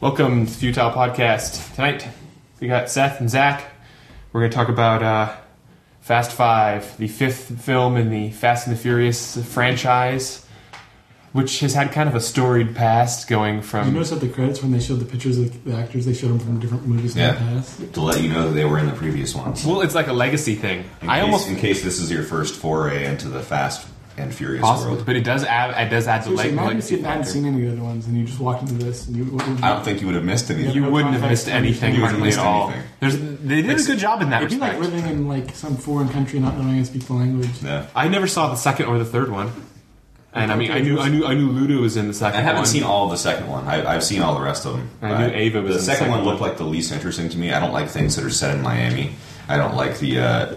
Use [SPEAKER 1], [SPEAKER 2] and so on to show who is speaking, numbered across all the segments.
[SPEAKER 1] Welcome to the Futile Podcast. Tonight, we got Seth and Zach. We're going to talk about uh, Fast Five, the fifth film in the Fast and the Furious franchise, which has had kind of a storied past going
[SPEAKER 2] Did you
[SPEAKER 1] from.
[SPEAKER 2] notice at the credits when they showed the pictures of the actors, they showed them from different movies in
[SPEAKER 3] Yeah.
[SPEAKER 2] the past?
[SPEAKER 3] to let you know that they were in the previous ones.
[SPEAKER 1] Well, it's like a legacy thing.
[SPEAKER 3] In,
[SPEAKER 1] I
[SPEAKER 3] case,
[SPEAKER 1] almost.
[SPEAKER 3] in case this is your first foray into the Fast and Furious
[SPEAKER 1] Possibly,
[SPEAKER 3] world,
[SPEAKER 1] but it does add, it does add the
[SPEAKER 2] Seriously,
[SPEAKER 1] leg,
[SPEAKER 2] imagine if
[SPEAKER 1] legacy
[SPEAKER 2] you hadn't
[SPEAKER 1] factor.
[SPEAKER 2] seen any of the other ones and you just walked into this and you. What would
[SPEAKER 3] I don't think you would have missed any.
[SPEAKER 1] You wouldn't have missed anything
[SPEAKER 3] You wouldn't
[SPEAKER 1] hardly at
[SPEAKER 3] have
[SPEAKER 1] all.
[SPEAKER 3] missed
[SPEAKER 1] There's, they did a good job in that
[SPEAKER 2] It'd be like
[SPEAKER 1] respect.
[SPEAKER 2] living in like some foreign country not knowing how to speak the language.
[SPEAKER 3] Yeah.
[SPEAKER 1] I never saw the second or the third one, and I mean, I knew, I knew, I knew Ludo was in the
[SPEAKER 3] I
[SPEAKER 1] second.
[SPEAKER 3] haven't
[SPEAKER 1] one.
[SPEAKER 3] seen all of the second one. I, I've seen all the rest of them.
[SPEAKER 1] I
[SPEAKER 3] but
[SPEAKER 1] knew Ava was
[SPEAKER 3] the
[SPEAKER 1] in the
[SPEAKER 3] second,
[SPEAKER 1] second
[SPEAKER 3] one looked like the least interesting to me. I don't like things that are set in Miami. I don't like the uh,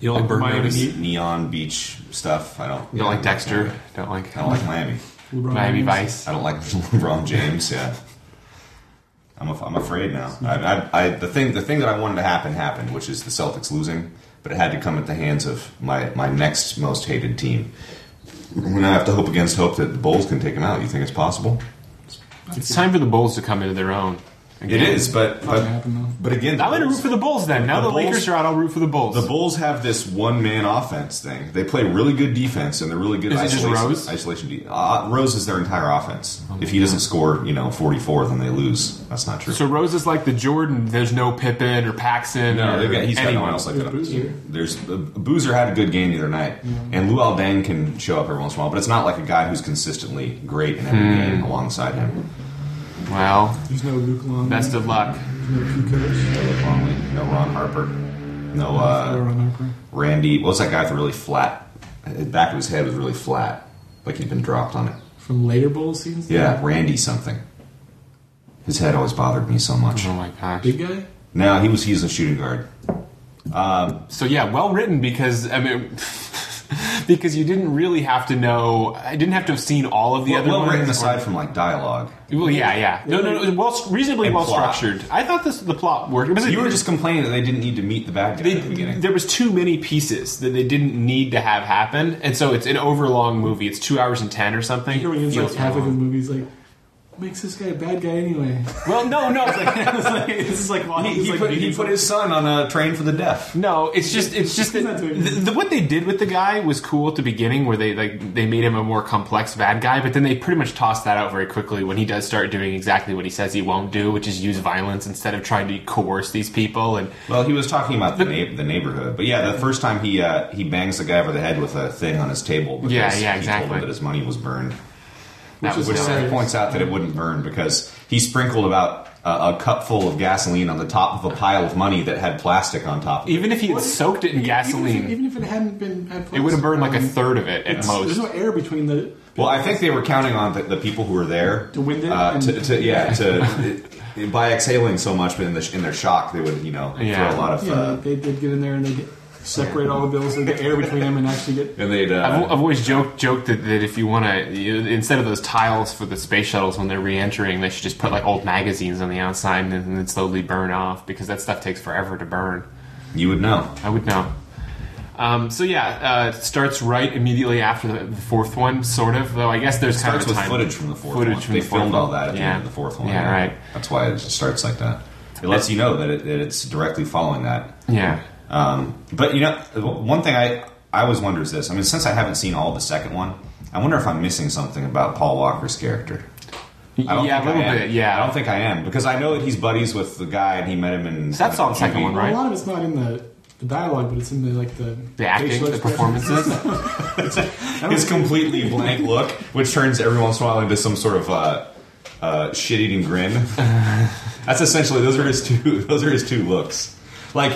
[SPEAKER 1] You don't like Bird
[SPEAKER 3] Miami
[SPEAKER 1] Notice. You
[SPEAKER 3] neon beach stuff. I don't.
[SPEAKER 1] don't like Dexter. Don't like
[SPEAKER 3] I don't like Miami.
[SPEAKER 2] LeBron
[SPEAKER 1] Miami
[SPEAKER 2] James.
[SPEAKER 1] Vice.
[SPEAKER 3] I don't like LeBron James. Yeah, I'm, af- I'm afraid now. I, I, I, the thing, the thing that I wanted to happen happened, which is the Celtics losing, but it had to come at the hands of my my next most hated team. When I have to hope against hope that the Bulls can take them out, you think it's possible?
[SPEAKER 1] It's time for the Bulls to come into their own.
[SPEAKER 3] It is,
[SPEAKER 2] Not
[SPEAKER 3] but
[SPEAKER 2] gonna
[SPEAKER 3] but,
[SPEAKER 2] happen though.
[SPEAKER 3] but again,
[SPEAKER 1] I'm gonna root for the Bulls then. Now the,
[SPEAKER 3] The Bulls-
[SPEAKER 1] Lakers are out. I'll root for the Bulls.
[SPEAKER 3] The Bulls have this one man offense thing. They play really good defense and they're really good
[SPEAKER 1] Is it just
[SPEAKER 3] isolation.
[SPEAKER 1] Rose? Oh
[SPEAKER 3] isolation de- uh, Rose is their entire offense. if he doesn't score, you know, 44, then they lose. That's not true.
[SPEAKER 1] So Rose is like the Jordan. There's no Pippen or Paxson.
[SPEAKER 3] No,
[SPEAKER 1] or
[SPEAKER 3] they've got, he's got no
[SPEAKER 1] anyone
[SPEAKER 3] one else like that. on the
[SPEAKER 2] Boozer.
[SPEAKER 3] team. There's uh, Boozer had a good game the other night, and Lou Deng can show up every once in a while, but it's not like a guy who's consistently great in every game alongside him.
[SPEAKER 1] Well,
[SPEAKER 2] There's no Luke Long.
[SPEAKER 1] best of luck.
[SPEAKER 2] There's no Q Coach.
[SPEAKER 3] No Luke Longley, no Ron Harper, no
[SPEAKER 2] no
[SPEAKER 3] uh,
[SPEAKER 2] Ron Harper.
[SPEAKER 3] Randy. What was that guy with the really flat? The back of his head was really flat, like he'd been dropped on it.
[SPEAKER 2] From later bowl seasons?
[SPEAKER 3] Yeah, Randy something. His head always bothered me so much.
[SPEAKER 1] Oh my gosh.
[SPEAKER 2] Big guy?
[SPEAKER 3] Now he was he's a shooting guard.
[SPEAKER 1] So yeah, well written because I mean. Because you didn't really have to know, I didn't have to have seen all of the
[SPEAKER 3] well,
[SPEAKER 1] other
[SPEAKER 3] well
[SPEAKER 1] ones.
[SPEAKER 3] written
[SPEAKER 1] or-
[SPEAKER 3] aside from like dialogue.
[SPEAKER 1] Well, yeah, yeah. No, no, no. Well, reasonably
[SPEAKER 3] And
[SPEAKER 1] well
[SPEAKER 3] plot.
[SPEAKER 1] structured. I thought this the plot worked. It was a-
[SPEAKER 3] You were just complaining that they didn't need to meet the bad guy
[SPEAKER 1] they,
[SPEAKER 3] at the beginning.
[SPEAKER 1] there was too many pieces that they didn't need to have happen, and so it's an overlong movie. It's two hours and ten or something.
[SPEAKER 2] Going into like
[SPEAKER 1] Feels
[SPEAKER 2] Catholic
[SPEAKER 1] long.
[SPEAKER 2] movies, like makes this guy a bad guy anyway.
[SPEAKER 1] well, no, no, it's like-
[SPEAKER 2] It's like- this is like watching.
[SPEAKER 3] He, he put, he put his son on a train for the deaf.
[SPEAKER 1] no. It's just, it's just that
[SPEAKER 2] That's what it
[SPEAKER 1] the,
[SPEAKER 2] is.
[SPEAKER 1] the, what they did with the guy was cool at the beginning, where they like they made him a more complex bad guy, but then they pretty much tossed that out very quickly when he does start doing exactly what he says he won't do, which is use violence instead of trying to coerce these people and.
[SPEAKER 3] Well, he was talking about the, na- the neighborhood, but yeah, the first time he uh, he bangs the guy over the head with a thing on his table. Because
[SPEAKER 1] Yeah, yeah,
[SPEAKER 3] he Told
[SPEAKER 1] exactly.
[SPEAKER 3] him that his money was burned,
[SPEAKER 1] That
[SPEAKER 2] is
[SPEAKER 3] which
[SPEAKER 2] hilarious.
[SPEAKER 3] Seth points out that it wouldn't burn because he sprinkled about a, a cupful of gasoline on the top of a pile of money that had plastic on top. of it.
[SPEAKER 1] Even if he had soaked it in gasoline,
[SPEAKER 2] Even if, even if it hadn't been, had
[SPEAKER 1] it would have burned like a
[SPEAKER 2] um,
[SPEAKER 1] third of it at
[SPEAKER 2] it's-
[SPEAKER 1] most.
[SPEAKER 2] There's no air between the.
[SPEAKER 3] Well, I think they were counting on the, the people who were there
[SPEAKER 2] To wind it
[SPEAKER 3] uh,
[SPEAKER 2] and-
[SPEAKER 3] to, to- yeah, to by exhaling so much, but in, the, sh- in their shock, they would you know
[SPEAKER 1] Yeah.
[SPEAKER 3] throw a lot of
[SPEAKER 2] Yeah,
[SPEAKER 3] uh,
[SPEAKER 2] they did get in there and they get separate all the bills, so they get air between them and actually get.
[SPEAKER 3] and they'd uh,
[SPEAKER 1] I've, I've always joked joked that, that if you want to, instead of those tiles for the space shuttles when they're re-entering, they should just put like old magazines on the outside and, then- and then slowly burn off because that stuff takes forever to burn.
[SPEAKER 3] you would know.
[SPEAKER 1] I would know. Um, so yeah, uh, it starts right immediately after the, the fourth one, sort of. Though I guess there's kind
[SPEAKER 3] starts
[SPEAKER 1] of a
[SPEAKER 3] with
[SPEAKER 1] time
[SPEAKER 3] footage from the fourth
[SPEAKER 1] footage
[SPEAKER 3] one.
[SPEAKER 1] from
[SPEAKER 3] they
[SPEAKER 1] the fourth
[SPEAKER 3] filmed all
[SPEAKER 1] one.
[SPEAKER 3] that at the
[SPEAKER 1] Yeah.
[SPEAKER 3] end of the fourth one.
[SPEAKER 1] Yeah, right.
[SPEAKER 3] That's why it just starts like that. It lets you know that, it, that it's directly following that.
[SPEAKER 1] Yeah,
[SPEAKER 3] Um, but you know, one thing I I always wonder is this. I mean, since I haven't seen all of the second one, I wonder if I'm missing something about Paul Walker's character. I don't
[SPEAKER 1] yeah, a
[SPEAKER 3] think I
[SPEAKER 1] little
[SPEAKER 3] am.
[SPEAKER 1] bit. Yeah,
[SPEAKER 3] I don't think I am because I know that he's buddies with the guy and he met him in.
[SPEAKER 1] That's on the second one,
[SPEAKER 2] Well,
[SPEAKER 1] right?
[SPEAKER 2] a lot of it's not in the, the dialogue, but it's in the like the,
[SPEAKER 1] the acting,
[SPEAKER 2] facial
[SPEAKER 1] the
[SPEAKER 2] expressions.
[SPEAKER 1] performances.
[SPEAKER 3] His completely blank look, which turns every once in a while into some sort of uh, uh, shit-eating grin. That's essentially those are his two. Those are his two looks. Like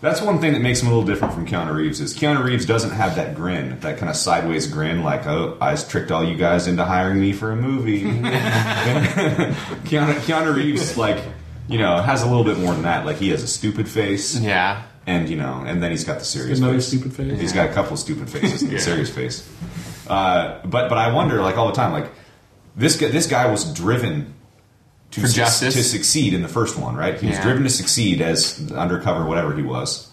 [SPEAKER 3] that's one thing that makes him a little different from Keanu Reeves is Keanu Reeves doesn't have that grin, that kind of sideways grin, like oh, I tricked all you guys into hiring me for a movie. Keanu, Keanu Reeves like you know has a little bit more than that. Like he has a stupid face,
[SPEAKER 1] yeah,
[SPEAKER 3] and you know, and then he's got the serious.
[SPEAKER 2] Another
[SPEAKER 3] face.
[SPEAKER 2] stupid face.
[SPEAKER 3] He's got a couple of stupid faces and
[SPEAKER 1] Yeah.
[SPEAKER 3] a serious face. Uh, but but I wonder like all the time like this guy, this guy was driven to
[SPEAKER 1] For justice.
[SPEAKER 3] to succeed in the first one, right? He was
[SPEAKER 1] Yeah.
[SPEAKER 3] driven to succeed as undercover whatever he was.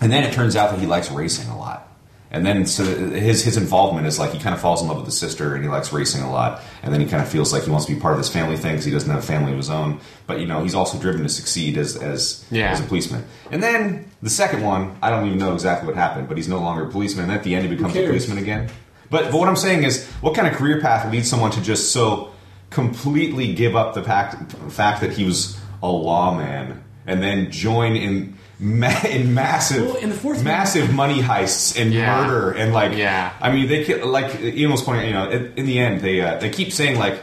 [SPEAKER 3] And then it turns out that he likes racing a lot. And then so his his involvement is like he kind of falls in love with his sister and he likes racing a lot. And then he kind of feels like he wants to be part of this family thing because he doesn't have a family of his own. But you know he's also driven to succeed as as
[SPEAKER 1] Yeah.
[SPEAKER 3] as a policeman. And then the second one, I don't even know exactly what happened, but he's no longer a policeman. And at the end, he becomes a
[SPEAKER 2] cares?
[SPEAKER 3] policeman again. But, but what I'm saying is, what kind of career path leads someone to just so completely give up the fact, fact that he was a lawman and then join in ma- in massive
[SPEAKER 2] Well, in the fourth one-
[SPEAKER 3] massive money heists and
[SPEAKER 1] Yeah.
[SPEAKER 3] murder and like
[SPEAKER 1] Yeah.
[SPEAKER 3] I mean they ki- like Ian was pointing out, you know in, in the end they uh, they keep saying like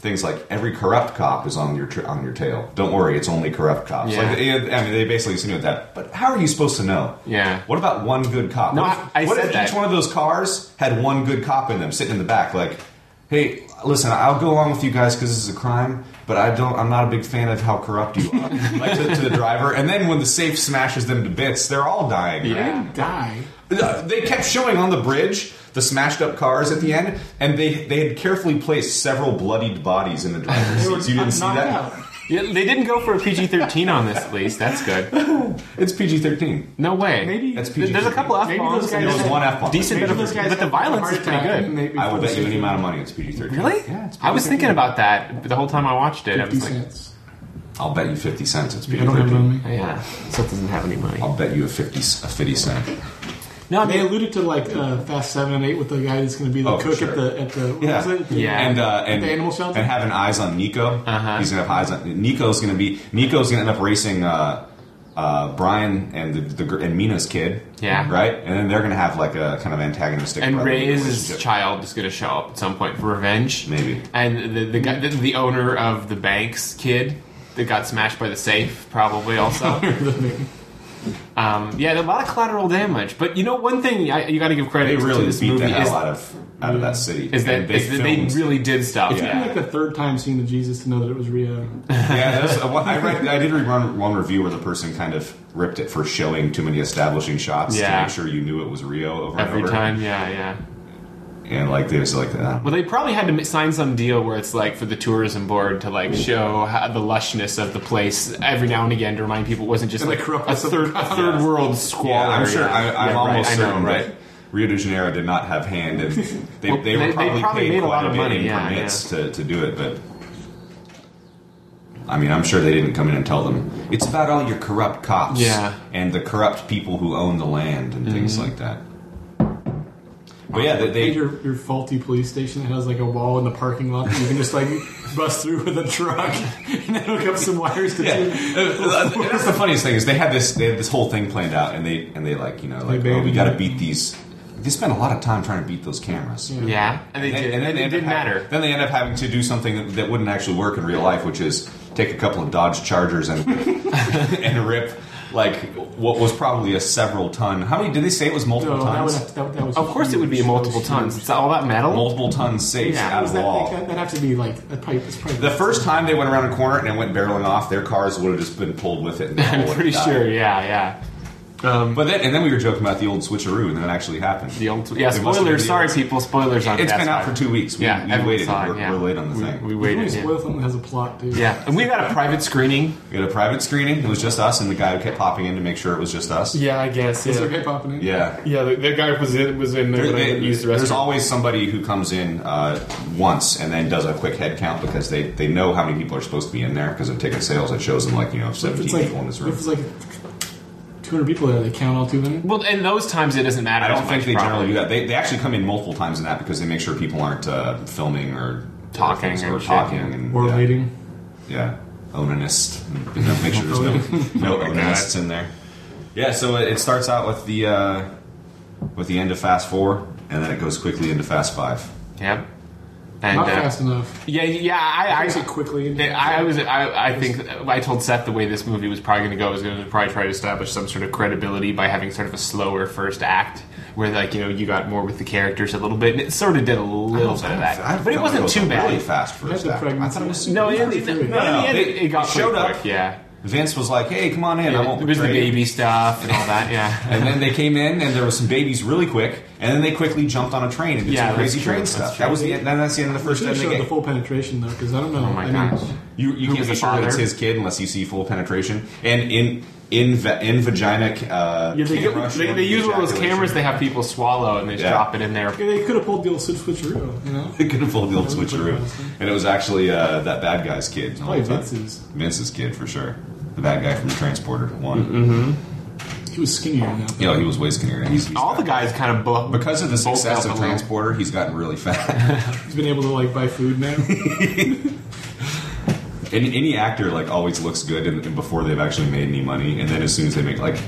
[SPEAKER 3] things like every corrupt cop is on your tr- on your tail. Don't worry, it's only corrupt cops.
[SPEAKER 1] Yeah.
[SPEAKER 3] Like, yeah, I mean, they basically insinuate that. But how are you supposed to know?
[SPEAKER 1] Yeah.
[SPEAKER 3] What about one good cop?
[SPEAKER 1] No,
[SPEAKER 3] what
[SPEAKER 1] I- I
[SPEAKER 3] what
[SPEAKER 1] said
[SPEAKER 3] if
[SPEAKER 1] that.
[SPEAKER 3] each one of those cars had one good cop in them sitting in the back, like, hey, listen, I'll go along with you guys because this is a crime, but I don't. I'm not a big fan of how corrupt you are, like to, to the driver. And then when the safe smashes them to bits, they're all dying. right?
[SPEAKER 1] Yeah.
[SPEAKER 2] Die.
[SPEAKER 3] Uh, They kept showing on the bridge the smashed up cars at the end, and they they had carefully placed several bloodied bodies in the driver's
[SPEAKER 2] They were
[SPEAKER 3] seats. You didn't see
[SPEAKER 2] knocked
[SPEAKER 3] that?
[SPEAKER 2] out.
[SPEAKER 1] Yeah, they didn't go for a PG thirteen on this. At least that's good.
[SPEAKER 3] It's PG thirteen.
[SPEAKER 1] No way.
[SPEAKER 2] Maybe-
[SPEAKER 3] That's PG.
[SPEAKER 1] Th- there's a couple f
[SPEAKER 2] Maybe
[SPEAKER 1] bombs.
[SPEAKER 2] those
[SPEAKER 1] and
[SPEAKER 2] guys
[SPEAKER 1] there's
[SPEAKER 2] had-
[SPEAKER 3] one F-bomb.
[SPEAKER 1] Decent bit
[SPEAKER 2] Maybe
[SPEAKER 1] of,
[SPEAKER 2] those guys
[SPEAKER 1] but the
[SPEAKER 2] had a
[SPEAKER 1] violence
[SPEAKER 2] hard
[SPEAKER 1] is pretty
[SPEAKER 2] time and
[SPEAKER 1] good.
[SPEAKER 2] they-
[SPEAKER 3] I will bet you any amount of money it's PG thirteen.
[SPEAKER 1] Really?
[SPEAKER 3] Yeah. It's
[SPEAKER 1] I was thinking
[SPEAKER 3] PG-13.
[SPEAKER 1] about that the whole time I watched it. I was
[SPEAKER 2] 50
[SPEAKER 1] like,
[SPEAKER 2] cents.
[SPEAKER 3] I'll bet you fifty cents it's PG
[SPEAKER 2] I don't have
[SPEAKER 3] thirteen.
[SPEAKER 2] money.
[SPEAKER 1] yeah, Seth doesn't have any money.
[SPEAKER 3] I'll bet you a fifty c- a fifty cent.
[SPEAKER 1] No, I
[SPEAKER 2] They
[SPEAKER 1] mean,
[SPEAKER 2] alluded to like uh, Fast Seven and Eight with the guy that's going to be the
[SPEAKER 3] Oh, for
[SPEAKER 2] cook
[SPEAKER 3] sure.
[SPEAKER 2] at the at the what
[SPEAKER 3] Yeah.
[SPEAKER 2] was it?
[SPEAKER 1] Yeah.
[SPEAKER 3] And uh, and
[SPEAKER 2] The animal shelter?
[SPEAKER 3] and having eyes on Nico.
[SPEAKER 1] Uh-huh.
[SPEAKER 3] He's gonna have eyes on Nico's gonna be Nico's gonna end up racing uh, uh, Brian and the, the gr- and Mina's kid.
[SPEAKER 1] Yeah.
[SPEAKER 3] Right. And then they're gonna have like a kind of antagonistic.
[SPEAKER 1] and
[SPEAKER 3] brotherly
[SPEAKER 1] Ray's
[SPEAKER 3] relationship.
[SPEAKER 1] child is going to show up at some point for revenge.
[SPEAKER 3] Maybe.
[SPEAKER 1] And the the, guy, the the owner of the bank's kid that got smashed by the safe probably also. um, yeah, a lot of collateral damage. But you know, one thing I, you got to give
[SPEAKER 3] They
[SPEAKER 1] credit to
[SPEAKER 3] really
[SPEAKER 1] this
[SPEAKER 3] beat
[SPEAKER 1] movie
[SPEAKER 3] the hell
[SPEAKER 1] is, Mm.
[SPEAKER 3] out of out of that city.
[SPEAKER 1] is that
[SPEAKER 3] And
[SPEAKER 1] is that they
[SPEAKER 3] filmed-
[SPEAKER 1] really did stuff.
[SPEAKER 3] If you
[SPEAKER 2] It'd be like the third time seeing the Jesus to know that it was Rio.
[SPEAKER 3] yeah, that's, I, read, I did read one, one review where the person kind of ripped it for showing too many establishing shots
[SPEAKER 1] Yeah.
[SPEAKER 3] to make sure you knew it was Rio over
[SPEAKER 1] Every
[SPEAKER 3] and over.
[SPEAKER 1] time, yeah, yeah.
[SPEAKER 3] And like they was like, ah.
[SPEAKER 1] Well, they probably had to ma- sign some deal where it's like for the tourism board to like show how the lushness of the place every now and again to remind people it wasn't just
[SPEAKER 2] And the
[SPEAKER 1] like a
[SPEAKER 2] corruptness of
[SPEAKER 1] third,
[SPEAKER 2] the
[SPEAKER 1] a third world squalor.
[SPEAKER 3] yeah, I'm sure. I,
[SPEAKER 1] Yeah,
[SPEAKER 3] I'm
[SPEAKER 1] right,
[SPEAKER 3] almost
[SPEAKER 1] I know,
[SPEAKER 3] certain
[SPEAKER 1] right?
[SPEAKER 3] that Rio de Janeiro did not have hand, and they,
[SPEAKER 1] Well,
[SPEAKER 3] they
[SPEAKER 1] they-
[SPEAKER 3] were
[SPEAKER 1] they
[SPEAKER 3] probably,
[SPEAKER 1] probably
[SPEAKER 3] paid
[SPEAKER 1] made a
[SPEAKER 3] quite
[SPEAKER 1] lot of
[SPEAKER 3] bit
[SPEAKER 1] money,
[SPEAKER 3] in
[SPEAKER 1] yeah,
[SPEAKER 3] permits To, to do it, but. I mean, I'm sure they didn't come in and tell them it's about all your corrupt cops
[SPEAKER 1] Yeah. Mm-hmm.
[SPEAKER 3] and the corrupt people who own the land and things like that. But yeah, they, they
[SPEAKER 2] And your, your faulty police station that has like a wall in the parking lot that you can just like bust through with a truck and then hook up some wires to
[SPEAKER 3] Yeah,
[SPEAKER 2] two.
[SPEAKER 3] Uh, uh, that's the funniest thing is they had this they had this whole thing planned out, and they and they like you know like oh, we
[SPEAKER 2] abandoned
[SPEAKER 3] got to
[SPEAKER 2] it.
[SPEAKER 3] beat these. They spent a lot of time trying to beat those cameras.
[SPEAKER 2] Yeah.
[SPEAKER 1] Yeah, and they did. And it
[SPEAKER 3] they end
[SPEAKER 1] didn't
[SPEAKER 3] up having-
[SPEAKER 1] matter.
[SPEAKER 3] Then they end up having to do something that, that wouldn't actually work in real life, which is take a couple of Dodge Chargers and and rip like what was probably a several ton. How many did they say it was multiple
[SPEAKER 2] No, that, would
[SPEAKER 3] tons?
[SPEAKER 2] have, that, that was
[SPEAKER 1] Of course, it would be
[SPEAKER 2] huge.
[SPEAKER 1] multiple
[SPEAKER 2] That was
[SPEAKER 1] tons.
[SPEAKER 2] huge.
[SPEAKER 1] It's all that metal.
[SPEAKER 3] Multiple ton safe
[SPEAKER 1] Yeah,
[SPEAKER 3] out
[SPEAKER 2] Was
[SPEAKER 3] of the
[SPEAKER 2] that,
[SPEAKER 3] wall.
[SPEAKER 2] like, that, that have to be like that probably, that's probably
[SPEAKER 3] the first time they went around a corner and it went barreling off, their cars would have just been pulled with it. And they all
[SPEAKER 1] I'm
[SPEAKER 3] would have
[SPEAKER 1] pretty
[SPEAKER 3] died.
[SPEAKER 1] sure. Yeah, yeah. Um,
[SPEAKER 3] But then, and then we were joking about the old switcheroo, and then it actually happened.
[SPEAKER 1] the old yeah.
[SPEAKER 3] It must have
[SPEAKER 1] Spoilers.
[SPEAKER 3] been-
[SPEAKER 1] Sorry, people. Spoilers on.
[SPEAKER 3] It's
[SPEAKER 1] Fast
[SPEAKER 3] been out
[SPEAKER 1] Five.
[SPEAKER 3] for two weeks. We,
[SPEAKER 1] Yeah,
[SPEAKER 3] we
[SPEAKER 1] everyone
[SPEAKER 3] waited.
[SPEAKER 1] saw it,
[SPEAKER 3] We're,
[SPEAKER 1] yeah.
[SPEAKER 3] we're late on the thing.
[SPEAKER 1] We
[SPEAKER 3] We,
[SPEAKER 2] You
[SPEAKER 1] waited.
[SPEAKER 2] always
[SPEAKER 1] yeah.
[SPEAKER 2] spoil something that has a plot, dude.
[SPEAKER 1] Yeah, and we got a private screening.
[SPEAKER 3] had a private screening. It was just us, and the guy kept popping in to make sure it was just us.
[SPEAKER 1] Yeah, I guess.
[SPEAKER 2] Is there guy popping in?
[SPEAKER 3] Yeah.
[SPEAKER 1] Yeah, the, the guy was in, was in there.
[SPEAKER 3] There-
[SPEAKER 1] when I
[SPEAKER 3] they-
[SPEAKER 1] used the
[SPEAKER 3] there's
[SPEAKER 1] restroom.
[SPEAKER 3] always somebody who comes in uh, once and then does a quick head count because they, they know how many people are supposed to be in there because of ticket sales. It shows them like you know
[SPEAKER 2] If
[SPEAKER 3] 17
[SPEAKER 2] it's like
[SPEAKER 3] people in this
[SPEAKER 2] if
[SPEAKER 3] room.
[SPEAKER 2] it's like two hundred people there, they count all two hundred.
[SPEAKER 1] Well, in those times, it doesn't matter.
[SPEAKER 3] I don't
[SPEAKER 1] as
[SPEAKER 3] think
[SPEAKER 1] much,
[SPEAKER 3] they generally
[SPEAKER 1] probably.
[SPEAKER 3] do that. They, they actually come in multiple times in that because they make sure people aren't uh, filming or
[SPEAKER 1] Talking
[SPEAKER 3] or,
[SPEAKER 1] and shit.
[SPEAKER 3] talking and
[SPEAKER 2] Or
[SPEAKER 3] yeah.
[SPEAKER 2] waiting.
[SPEAKER 3] Yeah, onanist. You know, make sure there's no no onanists in there. Yeah, so it it starts out with the uh, with the end of Fast Four, and then it goes quickly into Fast Five.
[SPEAKER 1] Yep. And
[SPEAKER 2] Not
[SPEAKER 1] uh,
[SPEAKER 2] fast enough.
[SPEAKER 1] yeah, yeah. I,
[SPEAKER 2] I
[SPEAKER 1] I,
[SPEAKER 2] say quickly.
[SPEAKER 1] I, I was. I, I think I told Seth the way this movie was probably going to go is going to probably try to establish some sort of credibility by having sort of a slower first act, where like you know you got more with the characters a little bit, and it sort of did a little bit of that,
[SPEAKER 3] I
[SPEAKER 1] but it
[SPEAKER 3] felt
[SPEAKER 1] wasn't
[SPEAKER 3] was
[SPEAKER 1] too
[SPEAKER 3] a
[SPEAKER 1] bad.
[SPEAKER 3] Really fast
[SPEAKER 2] Had
[SPEAKER 3] first
[SPEAKER 2] the
[SPEAKER 3] act. I thought it was.
[SPEAKER 2] pregnancy.
[SPEAKER 1] No, it, it,
[SPEAKER 2] Pretty
[SPEAKER 1] no,
[SPEAKER 2] fluid.
[SPEAKER 1] in the end, it, it got
[SPEAKER 3] They showed
[SPEAKER 1] pretty
[SPEAKER 3] up.
[SPEAKER 1] quick, Yeah,
[SPEAKER 3] Vince was like, "Hey, come on in. I won't
[SPEAKER 1] it was the
[SPEAKER 3] betray you."
[SPEAKER 1] baby stuff and all that. Yeah.
[SPEAKER 3] And then they came in, and there was some babies really quick, and then they quickly jumped on a train and did
[SPEAKER 1] Yeah, that's
[SPEAKER 3] some crazy
[SPEAKER 1] true,
[SPEAKER 3] train
[SPEAKER 1] that's
[SPEAKER 3] stuff.
[SPEAKER 1] true.
[SPEAKER 3] That was the end. Then that's the end of the first
[SPEAKER 2] Should
[SPEAKER 3] end
[SPEAKER 2] have
[SPEAKER 3] of the
[SPEAKER 2] showed the
[SPEAKER 3] game.
[SPEAKER 2] full penetration though, because I don't know.
[SPEAKER 1] Oh my
[SPEAKER 2] I mean,
[SPEAKER 1] gosh.
[SPEAKER 3] You, you
[SPEAKER 1] Who
[SPEAKER 3] can't
[SPEAKER 1] was
[SPEAKER 3] be
[SPEAKER 1] the
[SPEAKER 3] sure that it's
[SPEAKER 1] father?
[SPEAKER 3] his kid unless you see full penetration. And in in va- in vagina. Uh,
[SPEAKER 1] Yeah, they,
[SPEAKER 3] camera
[SPEAKER 1] they,
[SPEAKER 3] showing
[SPEAKER 1] they use one of those
[SPEAKER 3] ejaculation.
[SPEAKER 1] cameras they have people swallow and they just
[SPEAKER 3] Yeah.
[SPEAKER 1] drop it in there.
[SPEAKER 2] Yeah, they could have pulled the old switch- switcheroo, you know?
[SPEAKER 3] They could have pulled the old switcheroo, and it was actually uh, that bad guy's kid.
[SPEAKER 1] Oh,
[SPEAKER 2] Probably Vince's.
[SPEAKER 3] Vince's kid for sure. The bad guy from Transporter One.
[SPEAKER 1] Mm-hmm.
[SPEAKER 2] He was skinnier now.
[SPEAKER 3] You know, he was way skinnier. He's, he's
[SPEAKER 1] All the guys kind of bu-
[SPEAKER 3] because of the
[SPEAKER 1] bulked up
[SPEAKER 3] success of
[SPEAKER 1] a little.
[SPEAKER 3] Transporter, he's gotten really fat.
[SPEAKER 2] He's been able to like buy food now.
[SPEAKER 3] and any actor like always looks good and, and before they've actually made any money, and then as soon as they make like.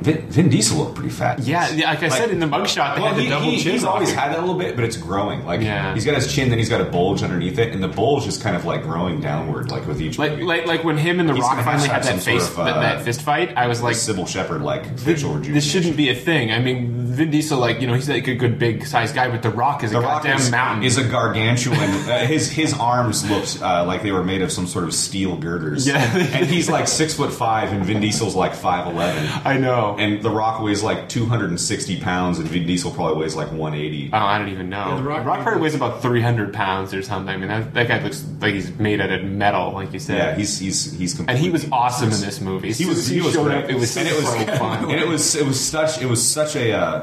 [SPEAKER 3] Vin, Vin Diesel looked pretty fat.
[SPEAKER 1] Yeah, yeah, like I said in the mugshot, they
[SPEAKER 3] well,
[SPEAKER 1] had the
[SPEAKER 3] he-
[SPEAKER 1] double
[SPEAKER 3] he-
[SPEAKER 1] chin
[SPEAKER 3] He's always
[SPEAKER 1] locker.
[SPEAKER 3] had that a little bit, but it's growing. Like
[SPEAKER 1] Yeah.
[SPEAKER 3] he's got his chin, then he's got a bulge underneath it, and the bulge is kind of like growing downward, like with each
[SPEAKER 1] Like,
[SPEAKER 3] movie.
[SPEAKER 1] like, like when him and The
[SPEAKER 3] He's
[SPEAKER 1] Rock
[SPEAKER 3] gonna
[SPEAKER 1] finally had
[SPEAKER 3] have to have
[SPEAKER 1] that
[SPEAKER 3] some
[SPEAKER 1] face,
[SPEAKER 3] sort of,
[SPEAKER 1] that,
[SPEAKER 3] uh,
[SPEAKER 1] that fist fight, I was like,
[SPEAKER 3] Sybil Shepherd, like
[SPEAKER 1] th-
[SPEAKER 3] facial
[SPEAKER 1] this
[SPEAKER 3] rejuvenation.
[SPEAKER 1] shouldn't be a thing. I mean, Vin Diesel, like, you know, he's like a good big sized guy, but The Rock is a
[SPEAKER 3] The Rock
[SPEAKER 1] goddamn
[SPEAKER 3] is,
[SPEAKER 1] mountain.
[SPEAKER 3] is a gargantuan. uh, his his arms looked uh, like they were made of some sort of steel girders.
[SPEAKER 1] Yeah.
[SPEAKER 3] and he's like six foot five, and Vin Diesel's like five eleven,
[SPEAKER 1] I know.
[SPEAKER 3] and The Rock weighs like two hundred and sixty pounds, and Vin Diesel probably weighs like one eighty.
[SPEAKER 1] Oh, I don't even know.
[SPEAKER 2] Yeah, The Rock-
[SPEAKER 1] probably weighs about 300 pounds or something. I mean, that, that guy looks like he's made out of metal, like you said.
[SPEAKER 3] Yeah, he's he's he's
[SPEAKER 1] and
[SPEAKER 3] completely
[SPEAKER 1] he was awesome in this movie.
[SPEAKER 3] He was he was
[SPEAKER 1] showed
[SPEAKER 3] great.
[SPEAKER 1] up. It was
[SPEAKER 3] and it was
[SPEAKER 1] so
[SPEAKER 3] and
[SPEAKER 1] fun.
[SPEAKER 3] it was it was such it was such a. Uh,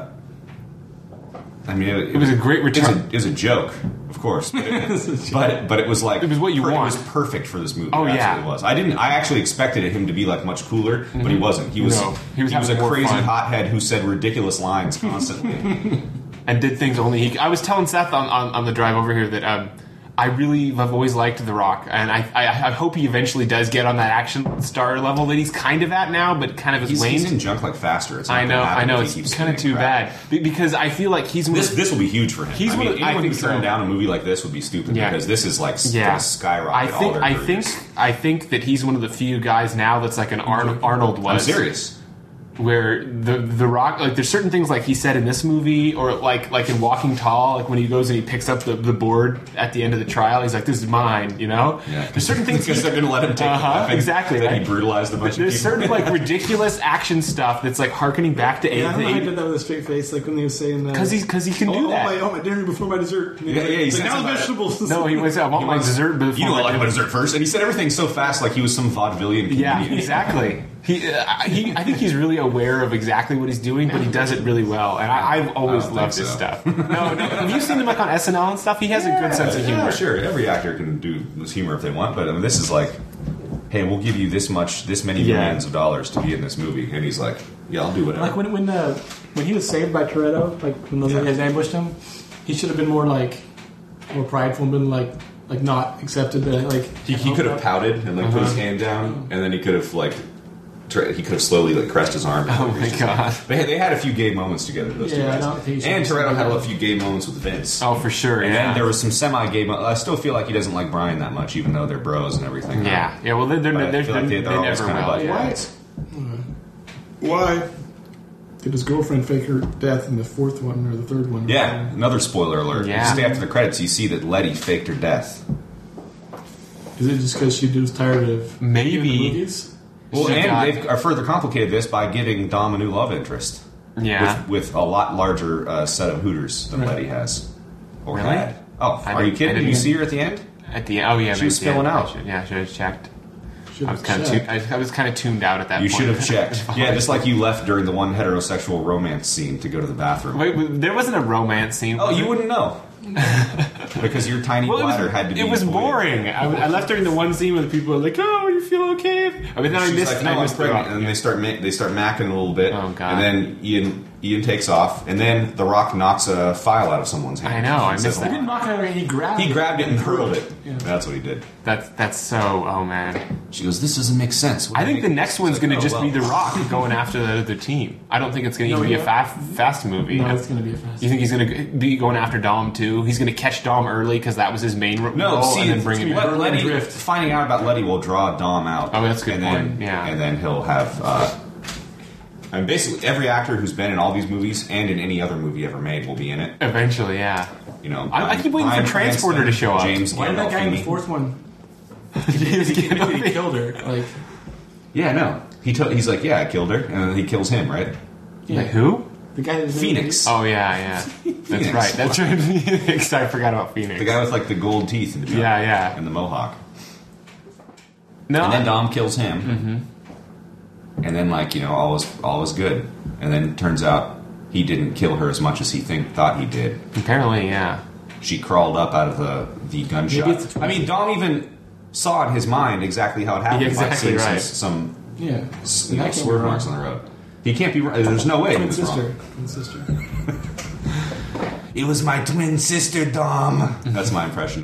[SPEAKER 3] I mean, it,
[SPEAKER 1] It was a great
[SPEAKER 3] It was a,
[SPEAKER 1] return.
[SPEAKER 3] it was a joke, of course, but it, but but it was like
[SPEAKER 1] It was what you
[SPEAKER 3] per-
[SPEAKER 1] want.
[SPEAKER 3] It was perfect for this movie.
[SPEAKER 1] Oh,
[SPEAKER 3] it
[SPEAKER 1] yeah.
[SPEAKER 3] absolutely was. I didn't. I actually expected him to be like much cooler, but he wasn't. He was
[SPEAKER 1] Mm-hmm. No, he
[SPEAKER 3] he
[SPEAKER 1] was
[SPEAKER 3] was, a
[SPEAKER 1] having more
[SPEAKER 3] crazy
[SPEAKER 1] fun.
[SPEAKER 3] hothead who said ridiculous lines constantly.
[SPEAKER 1] and did things only he. I was telling Seth on, on, on the drive over here that um, I really have always liked The Rock, and I, I I hope he eventually does get on that action star level that he's kind of at now, but kind of has
[SPEAKER 3] he's, he's
[SPEAKER 1] waned.
[SPEAKER 3] in junk like faster. It's not
[SPEAKER 1] I
[SPEAKER 3] gonna
[SPEAKER 1] know, I
[SPEAKER 3] happen
[SPEAKER 1] know.
[SPEAKER 3] if he
[SPEAKER 1] It's
[SPEAKER 3] keeps
[SPEAKER 1] kind of
[SPEAKER 3] getting
[SPEAKER 1] too
[SPEAKER 3] crap.
[SPEAKER 1] bad Be- because I feel like he's one of
[SPEAKER 3] This
[SPEAKER 1] the-
[SPEAKER 3] this will be huge for him.
[SPEAKER 1] He's
[SPEAKER 3] I mean,
[SPEAKER 1] one of- I
[SPEAKER 3] anyone who
[SPEAKER 1] think
[SPEAKER 3] turned
[SPEAKER 1] so.
[SPEAKER 3] down a movie like this would be stupid
[SPEAKER 1] Yeah.
[SPEAKER 3] because this is like s-
[SPEAKER 1] yeah
[SPEAKER 3] gonna skyrocket.
[SPEAKER 1] I think
[SPEAKER 3] all their
[SPEAKER 1] I
[SPEAKER 3] careers.
[SPEAKER 1] think I think that he's one of the few guys now that's like an Arn- Arnold was.
[SPEAKER 3] I'm serious.
[SPEAKER 1] Where the the Rock like there's certain things like he said in this movie or like like in Walking Tall like when he goes and he picks up the, the board at the end of the trial he's like this is mine you know there's certain things
[SPEAKER 3] because they're going to let him take
[SPEAKER 1] Uh-huh,
[SPEAKER 3] the weapon
[SPEAKER 1] exactly,
[SPEAKER 3] That
[SPEAKER 1] right.
[SPEAKER 3] he brutalized a bunch
[SPEAKER 1] there's
[SPEAKER 3] of people.
[SPEAKER 1] certain like ridiculous action stuff that's like harkening back to
[SPEAKER 2] Yeah, I don't know how he
[SPEAKER 1] eight
[SPEAKER 2] did that with a straight face, like when they were saying that.
[SPEAKER 1] because he's because he can
[SPEAKER 2] oh,
[SPEAKER 1] do
[SPEAKER 2] oh,
[SPEAKER 1] that
[SPEAKER 2] My, oh, my dinner before my dessert. And
[SPEAKER 3] Yeah, yeah, he
[SPEAKER 2] he's
[SPEAKER 3] said
[SPEAKER 2] like, now
[SPEAKER 3] something
[SPEAKER 2] the
[SPEAKER 3] about it.
[SPEAKER 2] vegetables.
[SPEAKER 1] no he was I want my
[SPEAKER 3] wants-
[SPEAKER 1] dessert before
[SPEAKER 3] You know,
[SPEAKER 1] my
[SPEAKER 3] I like
[SPEAKER 1] dinner."
[SPEAKER 3] my dessert first, and he said everything so fast, like he was some vaudevillian.
[SPEAKER 1] Yeah,
[SPEAKER 3] comedian.
[SPEAKER 1] exactly. He, uh, he, I think he's really aware of exactly what he's doing, but he does it really well. And I, I've always
[SPEAKER 3] I don't
[SPEAKER 1] loved
[SPEAKER 3] think
[SPEAKER 1] his
[SPEAKER 3] so.
[SPEAKER 1] stuff. No, no, have you seen him like on SNL and stuff? He has a good sense of humor.
[SPEAKER 3] Yeah, sure, every actor can do this humor if they want, but I mean, this is like, hey, we'll give you this much, this many
[SPEAKER 1] Yeah.
[SPEAKER 3] millions of dollars to be in this movie, and he's like, yeah, I'll do whatever.
[SPEAKER 2] Like when when uh, when he was saved by Toretto, like when those
[SPEAKER 3] Yeah.
[SPEAKER 2] guys ambushed him, he should have been more like more prideful and been like like not accepted that like
[SPEAKER 3] he he could have pouted and like
[SPEAKER 1] Uh-huh.
[SPEAKER 3] put his hand down, and then he could have like, tra- he could have slowly like crest his arm.
[SPEAKER 1] Oh my god.
[SPEAKER 3] They had, they had a few gay moments together. Those two
[SPEAKER 2] Yeah, I
[SPEAKER 3] guys.
[SPEAKER 2] don't think he
[SPEAKER 3] and
[SPEAKER 2] should-
[SPEAKER 3] Toretto had a few gay moments with Vince.
[SPEAKER 1] Oh, for sure.
[SPEAKER 3] And
[SPEAKER 1] Yeah.
[SPEAKER 3] there was some semi-gay. Mo- I still feel like he doesn't like Brian that much, even though they're bros and everything.
[SPEAKER 1] yeah. Yeah. Well, they're, they're,
[SPEAKER 3] Um, But I
[SPEAKER 1] they're,
[SPEAKER 3] feel like
[SPEAKER 1] they
[SPEAKER 3] they- they're always
[SPEAKER 1] never
[SPEAKER 3] kinda
[SPEAKER 1] will.
[SPEAKER 3] like-
[SPEAKER 1] yeah.
[SPEAKER 2] Why? Why did his girlfriend fake her death in the fourth one or the third one?
[SPEAKER 3] Yeah. Another spoiler alert.
[SPEAKER 1] Yeah.
[SPEAKER 3] Just after the credits, you see that Letty faked her death.
[SPEAKER 2] Is it just because she was tired of being in the
[SPEAKER 1] Maybe.
[SPEAKER 2] movies?
[SPEAKER 3] Well,
[SPEAKER 1] She got-
[SPEAKER 3] and they've are further complicated this by giving Dom a new love interest.
[SPEAKER 1] Yeah.
[SPEAKER 3] With, with a lot larger uh, set of Hooters than Letty has, or
[SPEAKER 1] Really?
[SPEAKER 3] had. Oh,
[SPEAKER 1] I
[SPEAKER 3] are you
[SPEAKER 1] didn't-
[SPEAKER 3] kidding?
[SPEAKER 1] I
[SPEAKER 3] Did you
[SPEAKER 1] didn't-
[SPEAKER 3] see her at the end?
[SPEAKER 1] At the oh yeah,
[SPEAKER 3] She was
[SPEAKER 1] maybe, yeah,
[SPEAKER 3] spilling
[SPEAKER 1] I
[SPEAKER 3] out.
[SPEAKER 1] should- yeah, I should have checked.
[SPEAKER 2] Should
[SPEAKER 1] I was kind of
[SPEAKER 2] checked.
[SPEAKER 1] tuned, I, was- I was kind of tuned out at that.
[SPEAKER 3] You
[SPEAKER 1] point.
[SPEAKER 3] should have checked. yeah, just like you left during the one heterosexual romance scene to go to the bathroom.
[SPEAKER 1] Wait, wait, there wasn't a romance scene.
[SPEAKER 3] Oh,
[SPEAKER 1] was
[SPEAKER 3] you
[SPEAKER 1] there?
[SPEAKER 3] wouldn't know. because your tiny
[SPEAKER 1] Well,
[SPEAKER 3] bladder
[SPEAKER 1] it was,
[SPEAKER 3] had to be.
[SPEAKER 1] it was
[SPEAKER 3] voided.
[SPEAKER 1] boring. I, I left during the one scene where the people were like, "Oh, you feel okay?" I mean, then I
[SPEAKER 3] She's
[SPEAKER 1] missed.
[SPEAKER 3] like, no,
[SPEAKER 1] I
[SPEAKER 3] I'm
[SPEAKER 1] missed the
[SPEAKER 3] pregnant.
[SPEAKER 1] rock.
[SPEAKER 3] And they start ma- they start macking a little bit.
[SPEAKER 1] Oh, God.
[SPEAKER 3] And then Ian Ian takes off, and then the Rock knocks a file out of someone's hand.
[SPEAKER 1] I know, I
[SPEAKER 3] It
[SPEAKER 1] missed
[SPEAKER 3] says,
[SPEAKER 1] that.
[SPEAKER 2] He didn't knock her and he grabbed.
[SPEAKER 3] He
[SPEAKER 2] it.
[SPEAKER 3] grabbed it and hurled it.
[SPEAKER 2] Yeah.
[SPEAKER 3] That's what he did.
[SPEAKER 1] That's that's so. Oh man,
[SPEAKER 3] She goes, "This doesn't make sense." What
[SPEAKER 1] I
[SPEAKER 3] do you
[SPEAKER 1] think the
[SPEAKER 3] make-
[SPEAKER 1] next
[SPEAKER 3] She's
[SPEAKER 1] one's
[SPEAKER 3] like,
[SPEAKER 1] going to
[SPEAKER 3] "Oh,
[SPEAKER 1] just be
[SPEAKER 3] well."
[SPEAKER 1] The Rock going after that other team. I don't think it's going to
[SPEAKER 2] No,
[SPEAKER 1] even be a
[SPEAKER 2] yeah.
[SPEAKER 1] fast fast movie.
[SPEAKER 2] No, it's gonna be a fast.
[SPEAKER 1] you think he's going to be going after Dom too? He's going to catch Dom early because that was his main ro-
[SPEAKER 3] No,
[SPEAKER 1] role,
[SPEAKER 3] see,
[SPEAKER 1] and then bring him.
[SPEAKER 3] let
[SPEAKER 1] back.
[SPEAKER 3] Letty,
[SPEAKER 2] Drift.
[SPEAKER 3] finding out about Letty will draw Dom out.
[SPEAKER 1] Oh, that's a good
[SPEAKER 3] and
[SPEAKER 1] point,
[SPEAKER 3] Then,
[SPEAKER 1] yeah.
[SPEAKER 3] and then he'll have. Uh, I mean, basically, every actor who's been in all these movies and in any other movie ever made will be in it.
[SPEAKER 1] Eventually, yeah.
[SPEAKER 3] You know,
[SPEAKER 1] I- I
[SPEAKER 3] Bryan-
[SPEAKER 1] keep waiting for
[SPEAKER 3] Bryan
[SPEAKER 1] Transporter
[SPEAKER 3] Cranston,
[SPEAKER 1] to show up.
[SPEAKER 3] James
[SPEAKER 2] Why did that guy in the
[SPEAKER 3] Gandolfini.
[SPEAKER 2] fourth one? He
[SPEAKER 1] Gandolfini.
[SPEAKER 2] killed her. Like
[SPEAKER 3] Yeah, no. He to- he's like, yeah, I killed her, and then he kills him, right?
[SPEAKER 2] yeah.
[SPEAKER 1] Who?
[SPEAKER 2] The guy that was in the
[SPEAKER 3] Phoenix.
[SPEAKER 1] Oh yeah, yeah. That's
[SPEAKER 3] Phoenix.
[SPEAKER 1] right. That's right. Phoenix. I forgot about Phoenix.
[SPEAKER 3] The guy with like the gold teeth and the
[SPEAKER 1] Yeah, yeah.
[SPEAKER 3] and the mohawk.
[SPEAKER 1] no,
[SPEAKER 2] Uh-huh.
[SPEAKER 3] And then Dom kills him.
[SPEAKER 2] Mm-hmm.
[SPEAKER 3] and then like you know all was all was good, and then turns out he didn't kill her as much as he think thought he did.
[SPEAKER 1] Apparently, yeah.
[SPEAKER 3] She crawled up out of the the
[SPEAKER 2] Maybe it's
[SPEAKER 3] gunshot.
[SPEAKER 2] a
[SPEAKER 3] I mean, Dom even saw in his mind exactly how it happened.
[SPEAKER 1] Yeah,
[SPEAKER 3] by
[SPEAKER 1] exactly
[SPEAKER 3] seeing
[SPEAKER 1] right.
[SPEAKER 3] Some, some
[SPEAKER 2] Yeah.
[SPEAKER 3] s-
[SPEAKER 2] Yeah,
[SPEAKER 3] you
[SPEAKER 2] I
[SPEAKER 3] know,
[SPEAKER 2] can't be
[SPEAKER 3] swerve
[SPEAKER 2] wrong.
[SPEAKER 3] marks on the road. He can't be. wrong. There's no way. he
[SPEAKER 2] Twin
[SPEAKER 3] was
[SPEAKER 2] sister.
[SPEAKER 3] wrong.
[SPEAKER 2] Twin sister.
[SPEAKER 3] It was my twin sister, Dom. That's my impression.